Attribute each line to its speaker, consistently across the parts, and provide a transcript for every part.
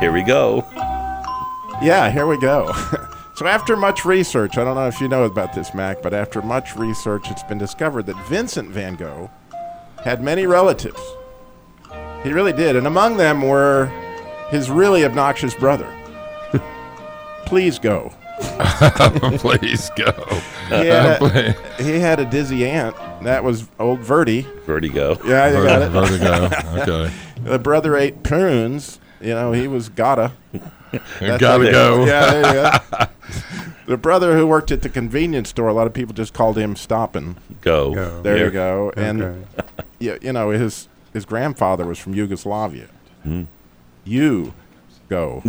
Speaker 1: Here we go.
Speaker 2: Yeah, here we go. so, after much research, I don't know if you know about this, Mac, but after much research, it's been discovered that Vincent van Gogh had many relatives. He really did. And among them were his really obnoxious brother. Please go.
Speaker 3: Please go. Uh,
Speaker 2: He had, a, he had a dizzy aunt. That was old Verdi.
Speaker 1: Vertigo.
Speaker 2: Yeah, you got it.
Speaker 3: Vertigo. Okay.
Speaker 2: The brother ate prunes. You know, he was gotta. That's
Speaker 3: Gotta
Speaker 2: how-
Speaker 3: go.
Speaker 2: Yeah, there you go. the brother who worked at the convenience store, a lot of people just called him Stoppin'.
Speaker 1: Go.
Speaker 4: Go.
Speaker 2: There
Speaker 1: Here.
Speaker 2: you go. And
Speaker 4: Okay.
Speaker 2: you, you know, his his grandfather was from Yugoslavia.
Speaker 3: Hmm.
Speaker 2: You go.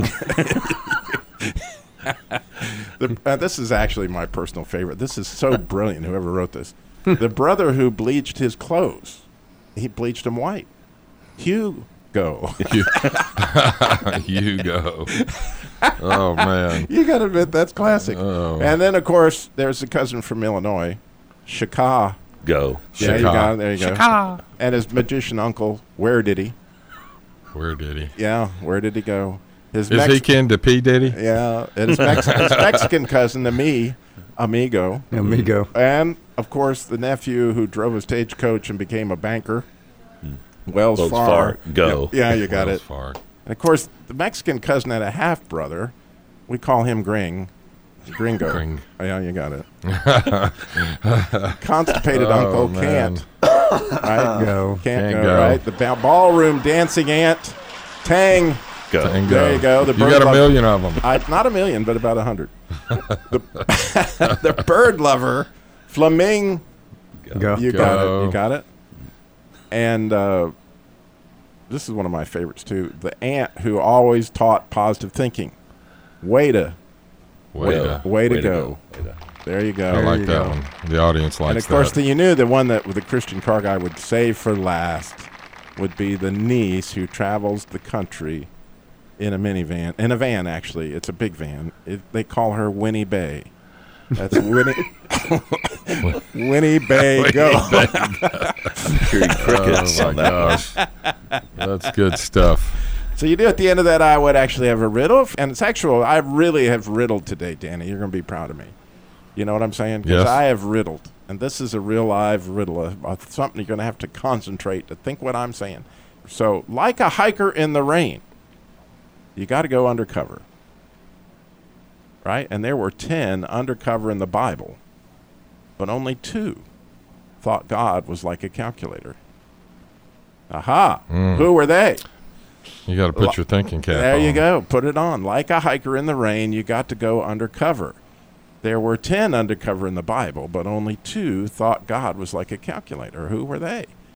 Speaker 2: the, uh, this is actually my personal favorite. This is so brilliant. Whoever wrote this, the brother who bleached his clothes, he bleached them white. Hugo.
Speaker 3: You, you go. Oh man.
Speaker 2: You got to admit that's classic.
Speaker 3: Oh.
Speaker 2: And then of course there's a cousin from Illinois, Shaka.
Speaker 1: Go.
Speaker 2: Yeah, you
Speaker 3: Shaka.
Speaker 2: got it. There you go. And his magician uncle, where did he?
Speaker 3: Where did he?
Speaker 2: Yeah, where did he go? His
Speaker 3: Is
Speaker 2: Mex-
Speaker 3: he kin to P Diddy?
Speaker 2: yeah, and his, Mex- his Mexican cousin to me, amigo,
Speaker 4: Amigo.
Speaker 2: and of course the nephew who drove a stagecoach and became a banker,
Speaker 3: Hmm.
Speaker 2: Wells,
Speaker 1: Wells
Speaker 2: Farr.
Speaker 1: Farr, go.
Speaker 2: Yeah, yeah, you got
Speaker 3: Wells
Speaker 2: it.
Speaker 3: Fargo.
Speaker 2: And of course, the Mexican cousin had a half brother. We call him Gring. Gringo.
Speaker 3: Gring.
Speaker 2: Oh, yeah, you got it. Constipated
Speaker 3: Oh,
Speaker 2: uncle
Speaker 3: man.
Speaker 2: can't. Right?
Speaker 4: Go.
Speaker 2: Can't go,
Speaker 3: Can't go.
Speaker 2: right? The ba- ballroom dancing aunt, Tang.
Speaker 1: Go.
Speaker 3: Tango.
Speaker 2: There you go, the
Speaker 3: you
Speaker 2: bird
Speaker 3: got a
Speaker 2: lover.
Speaker 3: million of them.
Speaker 2: I, not a million, but about a hundred. the, the bird lover, Flaming.
Speaker 4: Go.
Speaker 2: You got it.
Speaker 3: Go.
Speaker 2: You got it. And uh, this is one of my favorites too. The aunt who always taught positive thinking. Way to
Speaker 3: Way
Speaker 1: Go.
Speaker 3: to-
Speaker 2: Way to go.
Speaker 1: Way to-
Speaker 2: There you go.
Speaker 3: I like
Speaker 4: you
Speaker 3: that
Speaker 4: go.
Speaker 3: one. The audience likes
Speaker 2: and of course,
Speaker 3: that.
Speaker 2: the, you knew the one that the Christian car guy would save for last would be the niece who travels the country in a minivan, in a van actually. It's a big van. It, they call her Winnie Bay. That's Winnie. Winnie Bay go.
Speaker 1: Hearing crickets
Speaker 3: oh my
Speaker 1: on that.
Speaker 3: gosh. That's good stuff.
Speaker 2: So you do at the end of that, I would actually have a riddle, and it's actual. I really have riddled today, Danny. You're going to be proud of me. You know what I'm saying? Because
Speaker 3: Yes.
Speaker 2: I have riddled, and this is a real live riddle, uh, uh, something you're going to have to concentrate to think what I'm saying. So, like a hiker in the rain, you got to go undercover, right? And there were ten undercover in the Bible, but only two thought God was like a calculator. Aha! Who were they?
Speaker 3: You got to put your thinking cap
Speaker 2: There
Speaker 3: on.
Speaker 2: you go. Put it on. Like a hiker in the rain, you got to go undercover. There were 10 undercover in the Bible, but only two thought God was like a calculator. Who were they?